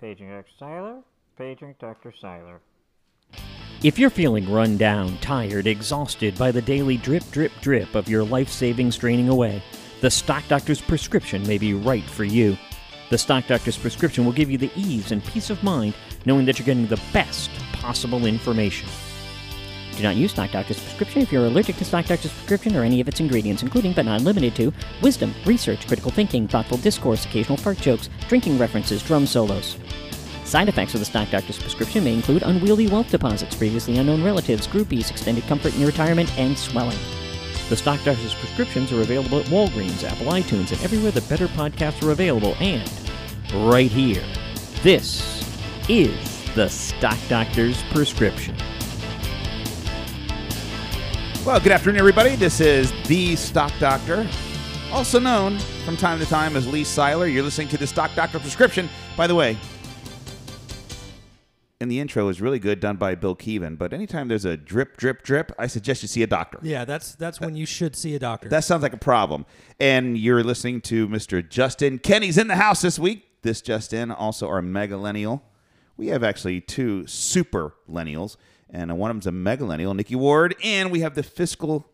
Paging Dr. Seiler. Paging Dr. Seiler. If you're feeling run down, tired, exhausted by the daily drip, drip, drip of your life savings draining away, the Stock Doctor's prescription may be right for you. The Stock Doctor's prescription will give you the ease and peace of mind knowing that you're getting the best possible information. Do not use Stock Doctor's prescription if you're allergic to Stock Doctor's prescription or any of its ingredients, including but not limited to wisdom, research, critical thinking, thoughtful discourse, occasional fart jokes, drinking references, drum solos. Side effects of the Stock Doctor's prescription may include unwieldy wealth deposits, previously unknown relatives, groupies, extended comfort in your retirement, and swelling. The Stock Doctor's prescriptions are available at Walgreens, Apple iTunes, and everywhere the better podcasts are available, and right here. This is the Stock Doctor's prescription. Well, good afternoon, everybody. This is The Stock Doctor, also known from time to time as Lee Seiler. You're listening to The Stock Doctor Prescription. By the way, and the intro is really good, done by Bill Keevan, but anytime there's a drip, drip, drip, I suggest you see a doctor. Yeah, that's that's when you should see a doctor. That sounds like a problem. And you're listening to Mr. Justin Kenny's in the house this week. This Justin, also our megalennial. We have actually two super lennials, and one of them's a megalennial, Nikki Ward, and we have the fiscal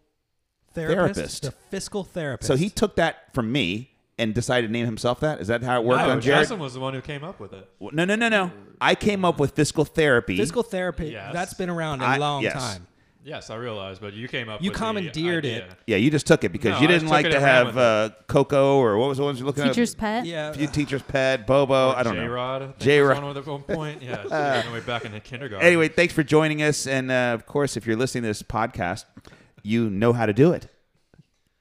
therapist. the fiscal therapist. So he took that from me and decided to name himself that. Is that how it worked no, on Jared? Justin was the one who came up with it. No, no, no, no. I came up with fiscal therapy. fiscal therapy. Yes. That's been around a I- long yes. time. Yes, I realize, but you came up. You with commandeered the uh, it. idea. yeah, you just took it because No, you I didn't took like it to and ran have with uh, Coco or what was the ones you're looking Teacher's at? pet. Yeah, Uh, Few teacher's pet, Bobo. I don't know. J-Rod, know. J-Rod. Uh, One at one point. Yeah, it's on the way back into kindergarten. Anyway, thanks for joining us. And uh, of course, if you're listening to this podcast, you know how to do it.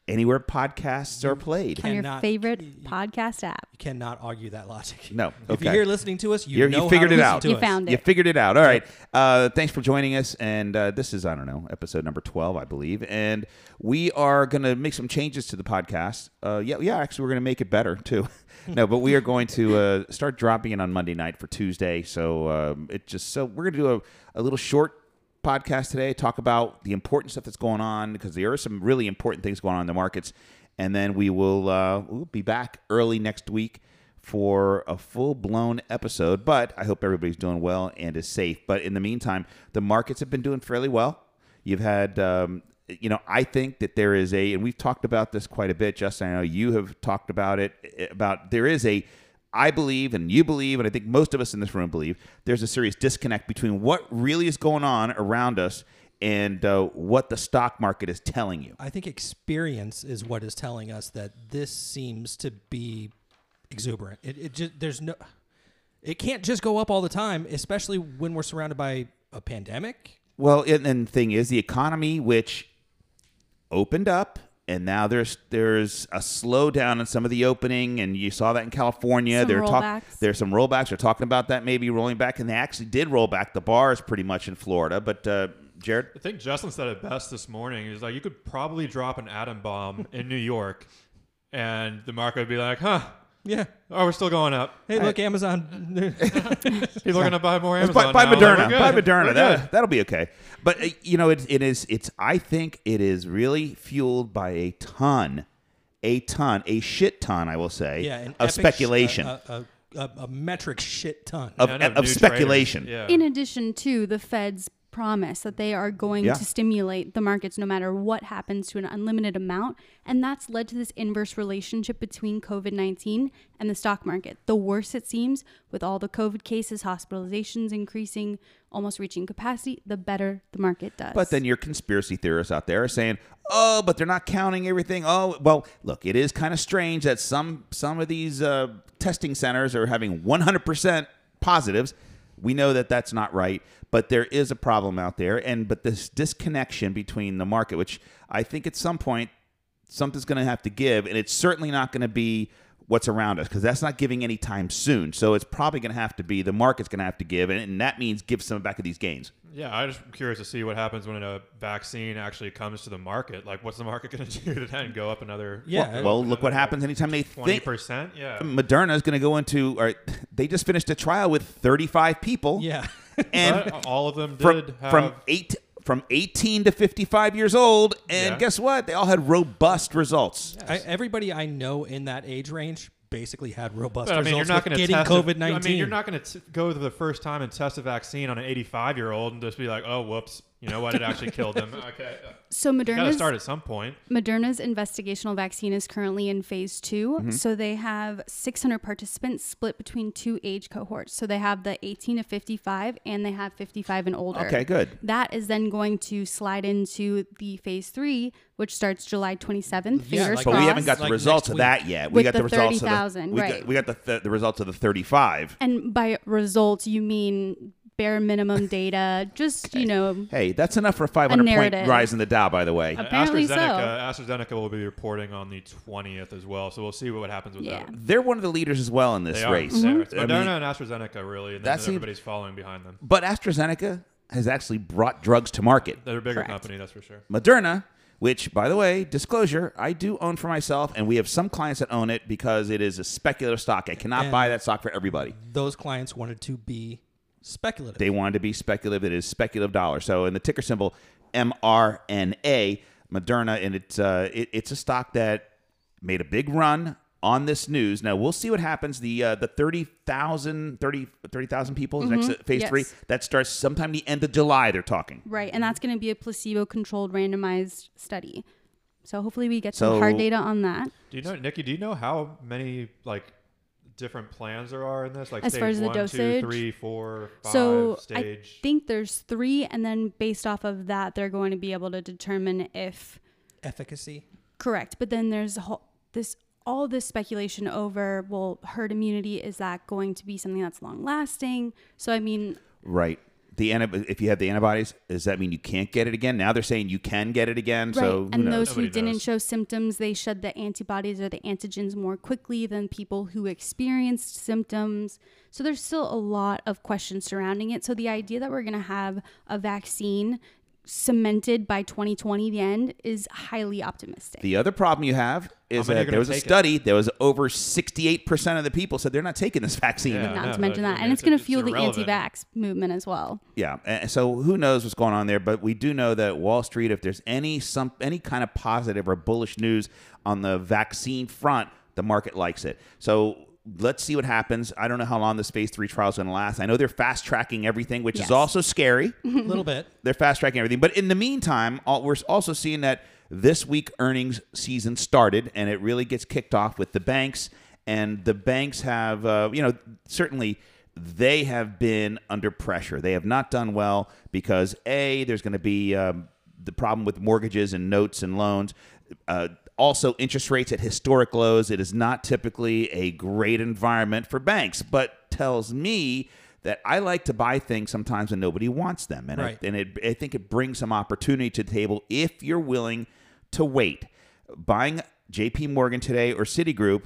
Anywhere podcasts Hmm. are played. On your Cannot- favorite podcast app. you cannot argue that logic. No, If okay. you're here listening to us, you You're- you know how figured to it listen out. to You us. found You it. figured it out. All right. Uh, thanks for joining us. And uh, this is, I don't know, episode number 12, I believe. And we are going to make some changes to the podcast. Uh, yeah, yeah, actually, we're going to make it better, too. no, but we are going to uh, start dropping it on Monday night for Tuesday. So um, it just, so we're going to do a, a little short podcast today, talk about the important stuff that's going on because there are some really important things going on in the markets. And then we will uh, we'll be back early next week for a full blown episode. But I hope everybody's doing well and is safe. But in the meantime, the markets have been doing fairly well. You've had, um, you know, I think that there is a, and we've talked about this quite a bit, Justin. I know you have talked about it, eh, about there is a, I believe, and you believe, and I think most of us in this room believe, there's a serious disconnect between what really is going on around us and uh, what the stock market is telling you. I think experience is what is telling us that this seems to be exuberant. It, it just there's no, it can't just go up all the time, especially when we're surrounded by a pandemic. Well, and, and the thing is, the economy, which opened up, and now there's there's a slowdown in some of the opening, and you saw that in California. Some they're talking rollbacks. there's some rollbacks. They're talking about that maybe rolling back, and they actually did roll back the bars pretty much in Florida. But uh, Jared, I think Justin said it best this morning. He was like, "You could probably drop an atom bomb in New York, and the market would be like, huh." Yeah. Oh, we're still going up. Hey, look, Amazon. He's looking to buy more buy, Amazon. buy now. Like, Moderna, we're buy good. Moderna. We're That, that'll be okay. But uh, you know, it, it is. It's. I think it is really fueled by a ton, a ton, a shit ton. I will say. yeah, of an epic uh, sh- speculation. A, a, a, a metric shit ton. of, Yeah, I know of new speculation. traders. Yeah. In addition to the Fed's promise that they are going Yeah. to stimulate the markets no matter what happens to an unlimited amount. And that's led to this inverse relationship between COVID 19 and the stock market. The worse it seems, with all the COVID cases, hospitalizations increasing, almost reaching capacity, the better the market does. But then your conspiracy theorists out there are saying, "Oh, but they're not counting everything." Oh, well, look, it is kind of strange that some some of these uh, testing centers are having 100% positives. We know that that's not right, but there is a problem out there, and but this disconnection between the market, which I think at some point something's going to have to give, and it's certainly not going to be what's around us because that's not giving any time soon. So it's probably going to have to be the market's going to have to give, and, and that means give some back of these gains. Yeah, I'm just curious to see what happens when a vaccine actually comes to the market. Like, what's the market going to do to then go up another? Yeah. Well, well, look what happens anytime they twenty think percent. Yeah. Moderna is going to go into. Or they just finished a trial with 35 people. yeah. and But all of them did from, have from eight from 18 to 55 years old, and Yeah. guess what? They all had robust results. I, everybody I know in that age range basically had robust But I results mean, you're not with going to getting test COVID I nineteen. mean, you're not going to go the first time and test a vaccine on an 85 year old and just be like, "Oh, whoops, you know what? It actually killed them." Okay, So got to Moderna's start at some point. Moderna's investigational vaccine is currently in phase 2 Mm-hmm. So they have 600 participants split between two age cohorts. So they have the 18 to 55 and they have 55 and older. Okay, good. That is then going to slide into the phase three, which starts July 27th. Yeah, Fingers like- But crossed. we haven't got the Like results next of week. that yet. we With got the, the results of 30,000, the, we got, right. we got the, th- the results of the 35. and by results, you mean bare minimum data, just, you know, Hey, that's enough for a 500 point narrative. rise in the Dow, by the way. Apparently so. AstraZeneca, AstraZeneca will be reporting on the 20th as well, so we'll see what happens with yeah. that. They're one of the leaders as well in this They are. race. Mm-hmm. They are. It's I mean, Moderna and AstraZeneca really, and then That's the- everybody's following behind them. but AstraZeneca has actually brought drugs to market. They're a bigger Correct. company, that's for sure. Moderna, which, by the way, disclosure, I do own for myself, and we have some clients that own it because it is a speculative stock. I cannot And- buy that stock for everybody. Those clients wanted to be speculative. They wanted to be speculative. It is speculative dollar. So in the ticker symbol mRNA, Moderna, and it's uh, it, it's a stock that made a big run on this news. Now we'll see what happens. The uh, the 30,000 30, 30,000 people is next phase Yes. three that starts sometime the end of July. They're talking. Right. And that's going to be a placebo controlled randomized study. So hopefully we get So- some hard data on that. Do you know, Nikki? Do you know how many like different plans there are in this? Like As stage far as the one, two, dosage? three, four, five, so stage. I think there's three, and then based off of that, they're going to be able to determine if Efficacy. correct. But then there's a whole, this all this speculation over well, herd immunity is that going to be something that's long lasting? So I mean, Right. The anti- if you have the antibodies, does that mean you can't get it again? Now they're saying you can get it again. So who right? And knows? those who Nobody didn't knows. show symptoms, they shed the antibodies or the antigens more quickly than people who experienced symptoms. So there's still a lot of questions surrounding it. So the idea that we're going to have a vaccine cemented by 2020 the end is highly optimistic. The other problem you have is How many are that gonna there was a take it? study. There was over sixty-eight percent of the people said they're not taking this vaccine. Yeah. not no, to mention no, I that. And mean, it's it's- going to it's fuel the anti irrelevant. vax movement as well. Yeah, and so who knows what's going on there? But we do know that Wall Street, if there's any some any kind of positive or bullish news on the vaccine front, the market likes it. So let's see what happens. I don't know how long this phase three trial is going to last. I know they're fast tracking everything, which is Yes. also scary. A little bit. they're fast tracking everything. But in the meantime, all, we're also seeing that this week earnings season started, and it really gets kicked off with the banks. And the banks have, uh, you know, certainly they have been under pressure. They have not done well because a there's going to be um, the problem with mortgages and notes and loans. Uh, also, interest rates at historic lows. It is not typically a great environment for banks, but tells me that I like to buy things sometimes when nobody wants them. And, Right. I, and it, I think it brings some opportunity to the table if you're willing to wait. Buying JP Morgan today or Citigroup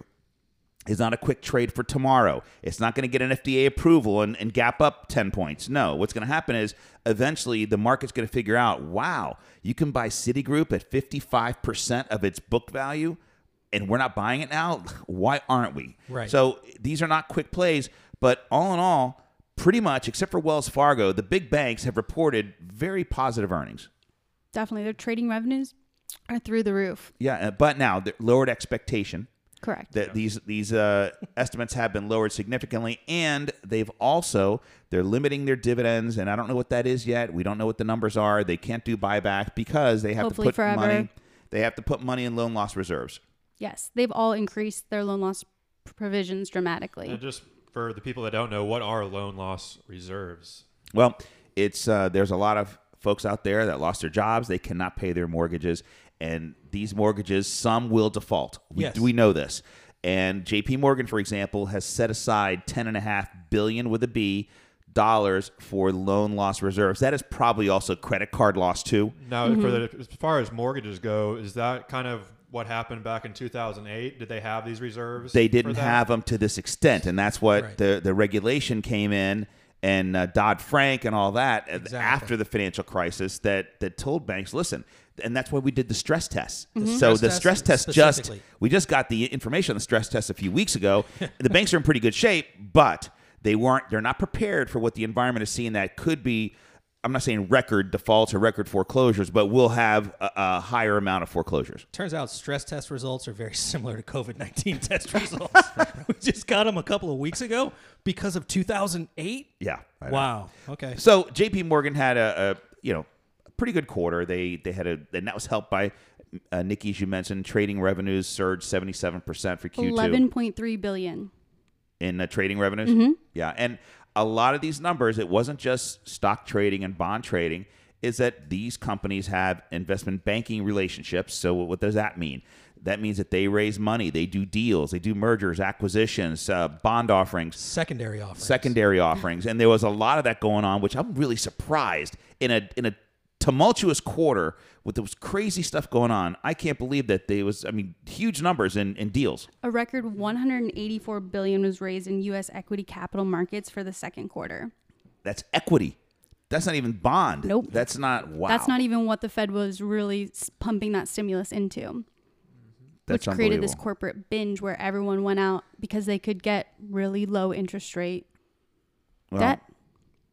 is not a quick trade for tomorrow. It's not going to get an FDA approval and, and gap up 10 points. No, what's going to happen is eventually the market's going to figure out wow, you can buy Citigroup at 55% of its book value, and we're not buying it now. Why aren't we? Right. So these are not quick plays, but all in all, pretty much, except for Wells Fargo, the big banks have reported very positive earnings. Definitely. Their trading revenues are through the roof. Yeah, uh, but now the lowered expectation. Correct. that these these uh, estimates have been lowered significantly, and they've also they're limiting their dividends, and I don't know what that is yet. We don't know what the numbers are. They can't do buyback because they have Hopefully to put forever. money. They have to put money in loan loss reserves. yes. They've all increased their loan loss provisions dramatically. and just for the people that don't know, what are loan loss reserves? Well, it's uh, there's a lot of folks out there that lost their jobs. They cannot pay their mortgages, and these mortgages, some will default. We, Yes. we know this. And J.P. Morgan, for example, has set aside ten and a half billion with a B dollars for loan loss reserves. That is probably also credit card loss too. Now, for Mm-hmm. the, as far as mortgages go, is that kind of what happened back in 2008? Did they have these reserves? They for didn't that? have them to this extent, and that's what Right. the the regulation came in and uh, Dodd Frank and all that uh, Exactly. after the financial crisis that that told banks, listen, and that's why we did the stress tests. So stress the test stress test just specifically. we just got the information on the stress test a few weeks ago. the banks are in pretty good shape, but they weren't they're not prepared for what the environment is seeing that could be I'm not saying record defaults or record foreclosures, but we'll have a, a higher amount of foreclosures. Turns out stress test results are very similar to COVID 19 test results. we just got them a couple of weeks ago because of 2008. Yeah. I know. Wow. Okay. So JP Morgan had a, a you know a pretty good quarter. They they had a and that was helped by uh, Nikki, as you mentioned, trading revenues surged seventy seven percent for Q two 11.3 billion. in uh, trading revenues. Yeah, and a lot of these numbers, it wasn't just stock trading and bond trading, is that these companies have investment banking relationships. So what does that mean? That means that they raise money, they do deals, they do mergers, acquisitions, uh, bond offerings, Secondary offer. secondary offerings, and there was a lot of that going on, which I'm really surprised in a in a tumultuous quarter with those crazy stuff going on. I can't believe that they was I mean huge numbers in, in deals. A record 184 billion was raised in U.S. equity capital markets for the second quarter. That's equity. That's not even bond. Nope. That's not wow. That's not even what the Fed was really s- pumping that stimulus into, That's which created this unbelievable. corporate binge where everyone went out because they could get really low interest rate Well, debt.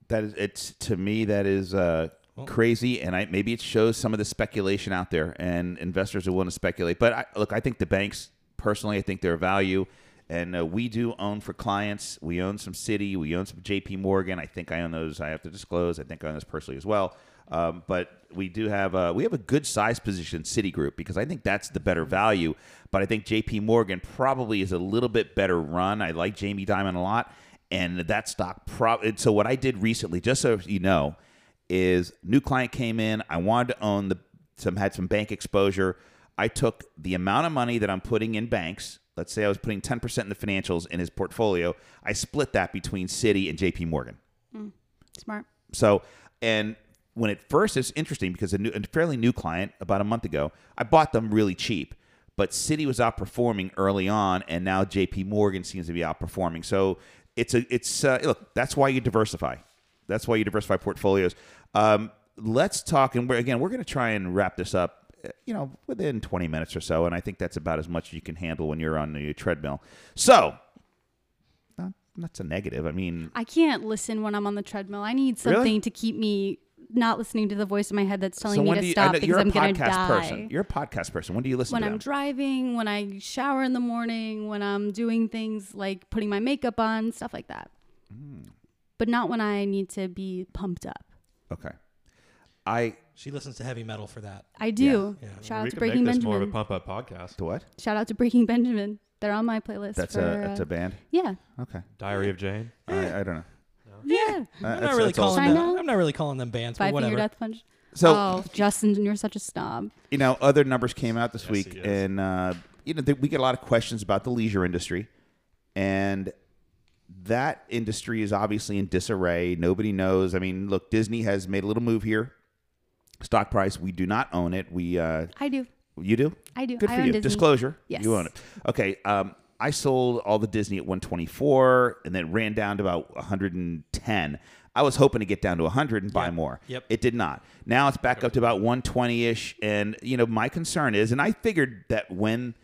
That is it's to me that is uh, crazy, and I maybe it shows some of the speculation out there, and investors are willing to speculate. But I, look, I think the banks personally, I think their value, and uh, we do own for clients. We own some Citi, we own some J.P. Morgan. I think I own those. I have to disclose. I think I own those personally as well. Um, but we do have a, we have a good size position in Citigroup because I think that's the better value. But I think J.P. Morgan probably is a little bit better run. I like Jamie Dimon a lot and that stock pro and so what i did recently just so you know is new client came in i wanted to own the some had some bank exposure i took the amount of money that i'm putting in banks let's say i was putting 10% in the financials in his portfolio i split that between citi and jp morgan Smart. so, and when it first, it's interesting because a, new, a fairly new client about a month ago, I bought them really cheap, but Citi was outperforming early on, and now J.P. Morgan seems to be outperforming. So it's a it's uh, look that's why you diversify, that's why you diversify portfolios. Um, let's talk, and we're, again, we're going to try and wrap this up. uh, You know, within 20 minutes or so, and I think that's about as much as you can handle when you're on the treadmill. So, not, that's a negative. I mean, I can't listen when I'm on the treadmill. I need Really? something to keep me not listening to the voice in my head that's telling so me when to do you, I stop know because you're a I'm going to podcast die. person. You're a podcast person. When do you listen when to I'm them? driving, when I shower in the morning, when I'm doing things like putting my makeup on, stuff like that. Mm. But not when I need to be pumped up. okay. I She listens to heavy metal for that. I do. Yeah. Shout out we to could Breaking make this more of a Benjamin. pump up podcast. the what? Shout out to Breaking Benjamin. They're on my playlist. That's for, a that's uh, a band. yeah, Okay. Diary of Jane. I, I don't know. yeah. Uh, I'm that's- not really that's all- calling Sign them. up. I'm not really calling them bands, Five but Finger whatever. Death Punch. So oh, Justin, you're such a snob. you know, other numbers came out this week, he is. and uh, you know, th- we get a lot of questions about the leisure industry, and that industry is obviously in disarray. Nobody knows. I mean, look, Disney has made a little move here. Stock price, we do not own it. We uh, I do. You do? I do. Good I for own you. Disney. Disclosure. Yes. You own it. Okay. Um, I sold all the Disney at 124 and then ran down to about 110. I was hoping to get down to 100 and buy more. Yep. It did not. Now it's back up to about 120 ish. And, you know, my concern is, and I figured that when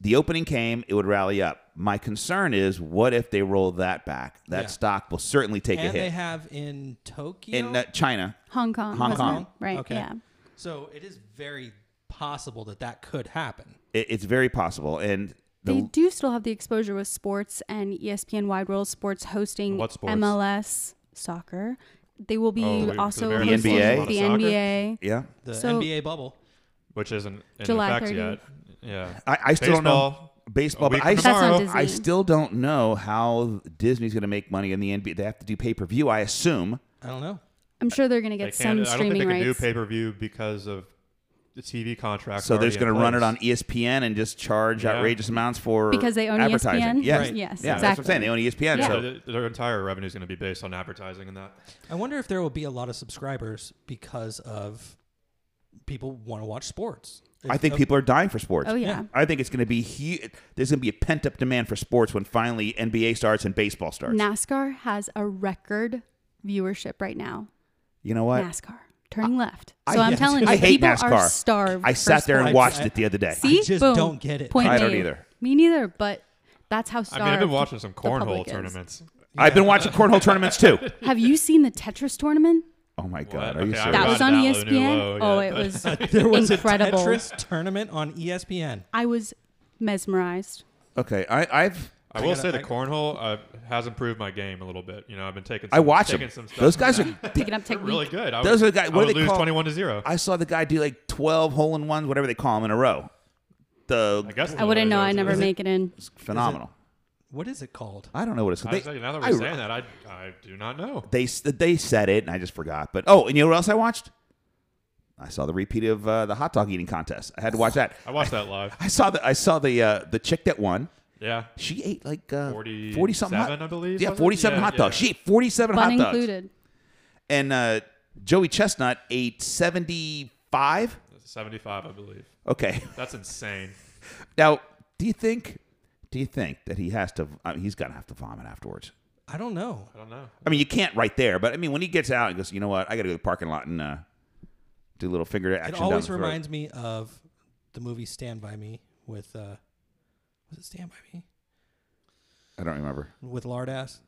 the opening came, it would rally up. My concern is, what if they roll that back? That Yeah. stock will certainly take a And hit. they have in Tokyo. in uh, China, Hong Kong. Hong wasn't Kong. it? Right. Okay. Yeah. So it is very possible that that could happen. it, it's very possible. And the, They do still have the exposure with sports and E ESPN Wide World Sports hosting What sports? MLS soccer. They will be Oh, wait, 'cause also America hosting doesn't watch the a lot of soccer? NBA. yeah. The So- NBA bubble. which isn't in July effect 30. yet. Yeah. I, I still don't know Baseball, baseball, a but week I, from still- That's not tomorrow. Disney. I still don't know how Disney's going to make money in the NBA. They have to do pay per view, I assume. I don't know. I'm sure they're going to They can't, get some I don't think streaming they can do rights. pay per view because of the TV contracts. So they're just going to run it on E ESPN and just charge Yeah. outrageous amounts for Because they own E advertising. ESPN? Yes, Right. Yes, yeah, that's what I'm exactly. saying. They own E ESPN. Yeah. So So th- their entire revenue is going to be based on advertising and that. I wonder if there will be a lot of subscribers because of people want to watch sports. I think If- people are dying for sports. Oh, yeah. I think it's going to be huge. There's going to be a pent up demand for sports when finally NBA starts and baseball starts. NASCAR has a record viewership right now. you know what? NASCAR. Turning left. I- So I, am yes. telling you, I hate people NASCAR. are starved. I for sat there and sports. watched I- it the other day. See? I just Boom. don't get it. Point I don't made. either. Me neither, but that's how starved I mean, I've been watching some the public cornhole is. tournaments. I've been watching cornhole tournaments too. Have you seen the Tetris tournament? Oh my God! What? Are you Okay, serious? I That forgot was on about Lou ESPN. Lowe, Oh, yeah. it was There was incredible. a Tetris tournament on E ESPN. I was mesmerized. okay, I, I've I will gotta- say the I- cornhole uh, has improved my game a little bit. You know, I've been taking. Some, I watch taking them. some stuff. Those guys are. Picking up They're technique. really good. I Those would, are the guy- I what do would they lose call- twenty-one to zero. I, I saw the guy do like twelve hole in ones, whatever they call them, in a row. The guess I wouldn't know. I never made. make it in. it's phenomenal. What is it called? I don't know what it's. I They, was like, now that I- we're saying that, I I do not know. they s- they said it, and I just forgot. But oh, and you know what else I watched? I saw the repeat of uh, the hot dog eating contest. I had to watch that. I watched that live. I saw the I saw the uh, the chick that won. Yeah. She ate like uh, 47, forty something, hot- I believe, Yeah, was it? forty seven Yeah, hot dogs. yeah. She ate forty seven Fun hot dogs. included. And uh, Joey Chestnut ate seventy five. Seventy-five, I believe. Okay, That's insane. now do you think do you think that he has to? I mean, he's gonna have to vomit afterwards. I don't know. I don't know. I mean, you can't right there, but I mean, when he gets out and goes, you know what? I got to go to the parking lot and uh, do a little finger action. It down always the throat. reminds me of the movie Stand by Me with uh, was it Stand by Me I don't remember. with lard ass?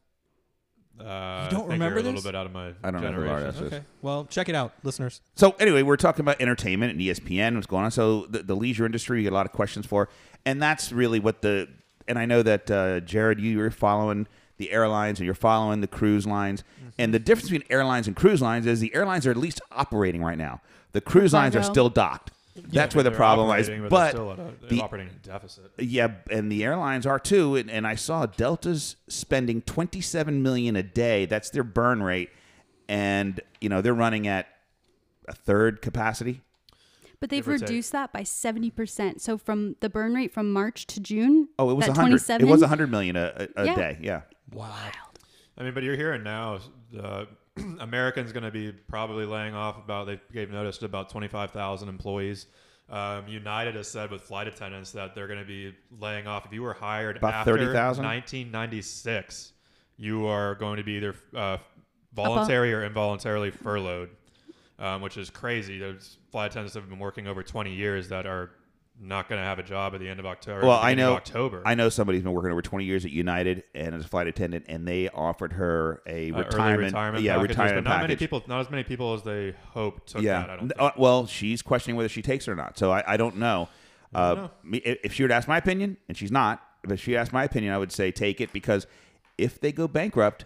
don't Uh, I think remember you're a little this? bit out of my. I don't remember generation. Lard Ass. Okay. Well, check it out, listeners. So anyway, we're talking about entertainment and E ESPN and what's going on. So the, the leisure industry, you get a lot of questions for, and that's really what the. And I know that uh, Jared, you, you're following the airlines and you're following the cruise lines, Mm-hmm. and the difference between airlines and cruise lines is the airlines are at least operating right now. The cruise lines are Cargo. still docked. That's where the They're problem lies. operating, they're But still at a- they're the- operating in deficit. yeah, and the airlines are too. And, and I saw Delta's spending 27 million a day. That's their burn rate, and you know they're running at a third capacity. But they've Give or take. reduced that by 70%. So from the burn rate from March to June, Oh, it was that 100. 27, It was 100 million a, a, a Yeah. day. Yeah. Wow. I mean, but you're hearing now the Americans going to be probably laying off about they gave notice to about 25,000 employees. Um, United has said with flight attendants that they're going to be laying off. If you were hired About after 30,000? 1996, you are going to be either uh, voluntary or involuntarily furloughed, um, which is crazy. Those flight attendants have been working over 20 years that are not going to have a job at the end of October. Well, I beginning of know October. I know somebody's been working over 20 years at United and as a flight attendant, and they offered her a uh, early retirement. retirement yeah, packages, retirement but not many package. people, not as many people as they hoped took yeah. that. I don't N- think. uh, well, she's questioning whether she takes it or not. So I, I don't know. Uh, me- i- If she would ask my opinion, and she's not, but if she asked my opinion, I would say take it because if they go bankrupt,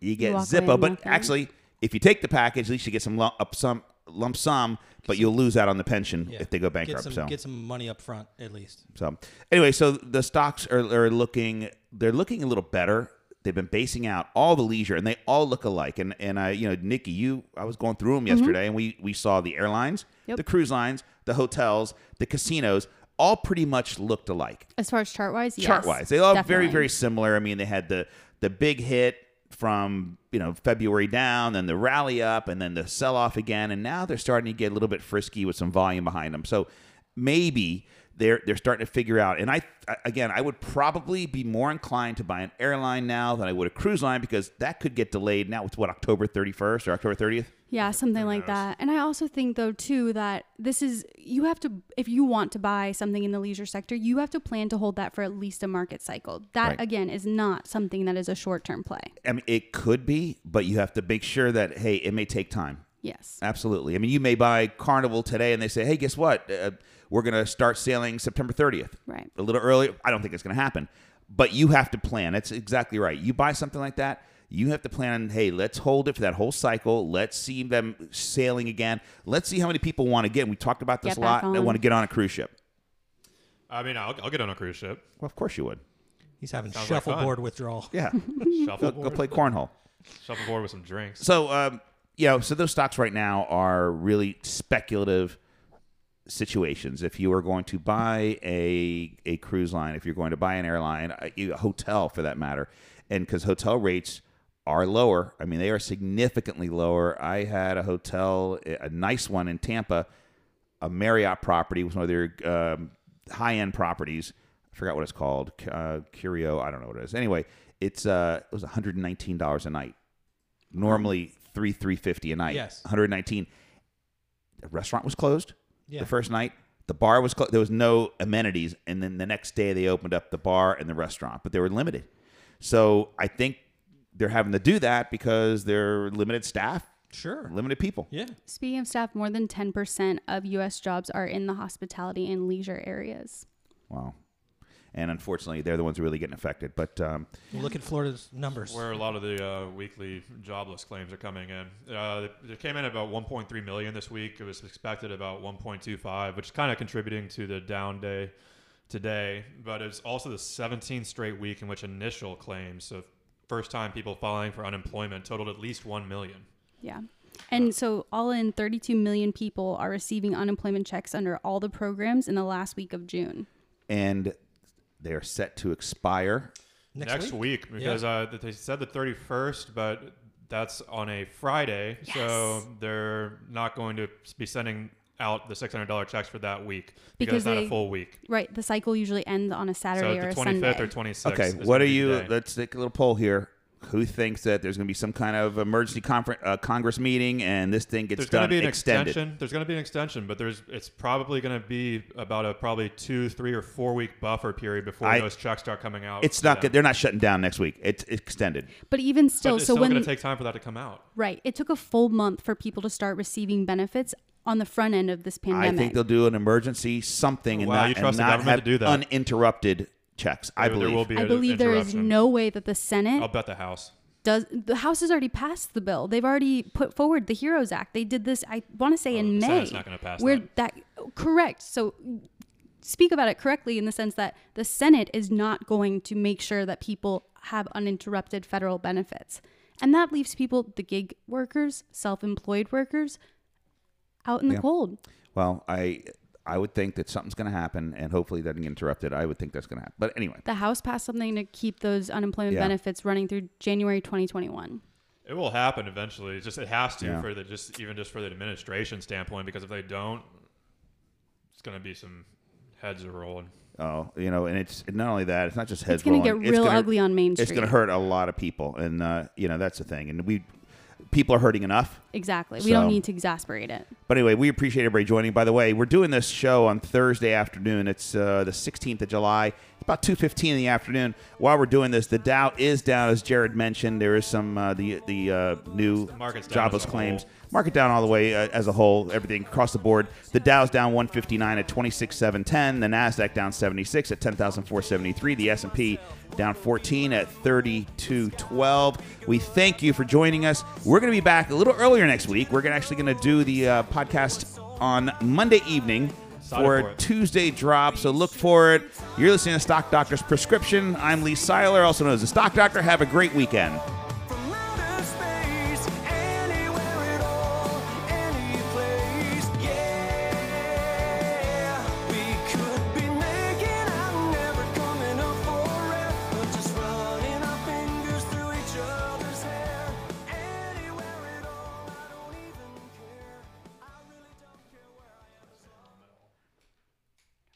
you get You walk away Zippo. and But walk out. actually, if you take the package, at least you get some lump, up some lump sum, but you'll lose out on the pension Yeah. if they go Get bankrupt. some, so get some money up front at least. so anyway, so the stocks are, are looking they're looking a little better. They've been basing out all the leisure, and they all look alike. And and I, you know, Nikki, you, I was going through them yesterday, and we we saw the airlines, Yep. the cruise lines, the hotels, the casinos, all pretty much looked alike as far as chart wise, yes. chart wise. They all very, definitely. very similar. I mean, they had the the big hit from you know February down, then the rally up, and then the sell off again, and now they're starting to get a little bit frisky with some volume behind them. So maybe they're they're starting to figure out. And I I- again, I would probably be more inclined to buy an airline now than I would a cruise line because that could get delayed now. It's what October thirty first or October thirtieth. Yeah, something like that. And I also think though too that this is you have to if you want to buy something in the leisure sector, you have to plan to hold that for at least a market cycle. That Right. again is not something that is a short-term play. I mean, it could be, but you have to make sure that hey, it may take time. Yes. Absolutely. I mean, you may buy Carnival today, and they say, "Hey, guess what? Uh, we're going to start sailing September 30th." Right. A little earlier. I don't think it's going to happen, but you have to plan. That's exactly right. You buy something like that, you have to plan. Hey, let's hold it for that whole cycle. Let's see them sailing again. Let's see how many people want to get. We talked about this Get a lot. back They on. want to get on a cruise ship. I mean, I'll, I'll get on a cruise ship. Well, of course you would. He's having Sounds like shuffleboard fun. withdrawal. Yeah. go, Shuffleboard, go play cornhole. shuffleboard with some drinks. So, um, you know, so those stocks right now are really speculative situations. If you are going to buy a a cruise line, if you're going to buy an airline, a, a hotel for that matter, and because hotel rates are lower, I mean they are significantly lower. I had a hotel, a nice one in Tampa, a Marriott property, was one of their um, high end properties. I forgot what it's called, uh, Curio. I don't know what it is. Anyway, it's uh, it was 119 dollars a night normally three three fifty a night. Yes. one hundred nineteen. The restaurant was closed Yeah. the first night. The bar was closed. There was no amenities, and then the next day they opened up the bar and the restaurant, but they were limited. So I think they're having to do that because they're limited staff. Sure. limited people. Yeah. Speaking of staff, more than 10% of U.S. jobs are in the hospitality and leisure areas. Wow. And unfortunately, they're the ones really getting affected. But um, Look at Florida's numbers. where a lot of the uh, weekly jobless claims are coming in. Uh, it came in about 1.3 million this week. It was expected about 1.25, which is kind of contributing to the down day today. But it's also the 17th straight week in which initial claims, so first time people filing for unemployment, totaled at least 1 million. Yeah. And so, all in, 32 million people are receiving unemployment checks under all the programs in the last week of June. and they are set to expire. next, week. week, because uh, th- they said the 31st, but that's on a Friday, so they're not going to be sending out the $600 checks for that week because, Because it's not they- a full week. Right. The cycle usually ends on a Saturday so or a the 25th Sunday. or 26th. okay, is what gonna are be you? today. Let's take a little poll here. Who thinks that there's going to be some kind of emergency confer- uh, Congress meeting and this thing gets There's going done to be an extended? extension. There's going to be an extension, but there's it's probably going to be about a probably two, three, or four week buffer period before I- those checks start coming out. It's not Yeah. good. They're not shutting down next week. It's extended. but even But still, it's so still when going to take time for that to come out. right, it took a full month for people to start receiving benefits on the front end of this pandemic. I think they'll do an emergency something and Oh, Wow, not, you and trust the not government have to do that. uninterrupted checks. I there, believe. there will be. I an believe there is interruption. no way that the Senate I'll bet the House. does. The House has already passed the bill. They've already put forward the Heroes Act. They did this. I want to say in Oh, the May. Senate's not gonna pass where that. that. Correct. So speak about it correctly in the sense that the Senate is not going to make sure that people have uninterrupted federal benefits, and that leaves people, the gig workers, self-employed workers, out in the cold. Well, I I would think that something's going to happen, and hopefully that doesn't get interrupted. I would think that's going to happen. But anyway, The House passed something to keep those unemployment Yeah. benefits running through January 2021. It will happen eventually. It's just it has to Yeah. for the just even just for the administration standpoint because if they don't, it's going to be some heads are rolling. oh, you know, and it's not only that; it's not just heads. It's going to get rolling. real gonna- ugly on Main Street. It's going to hurt a lot of people, and uh, you know that's the thing. And we people are hurting enough. Exactly. We don't So- need to exasperate it. But anyway, we appreciate everybody joining. By the way, we're doing this show on Thursday afternoon. It's uh, the 16th of July. It's about 2:15 in the afternoon. While we're doing this, the Dow is down, as Jared mentioned. There is some uh, the the uh, new market's down jobless as a claims. whole. Market down all the way uh, as a whole, everything across the board. The Dow's down 159 at 26,710. The Nasdaq down 76 at 10,473. The S&P down 14 at 3212. We thank you for joining us. We're going to be back a little earlier next week. We're gonna actually going to do the uh, podcast on Monday evening Excited for for it. Tuesday drop. So look for it. You're listening to Stock Doctor's Prescription. I'm Lee Seiler, also known as the Stock Doctor. Have a great weekend.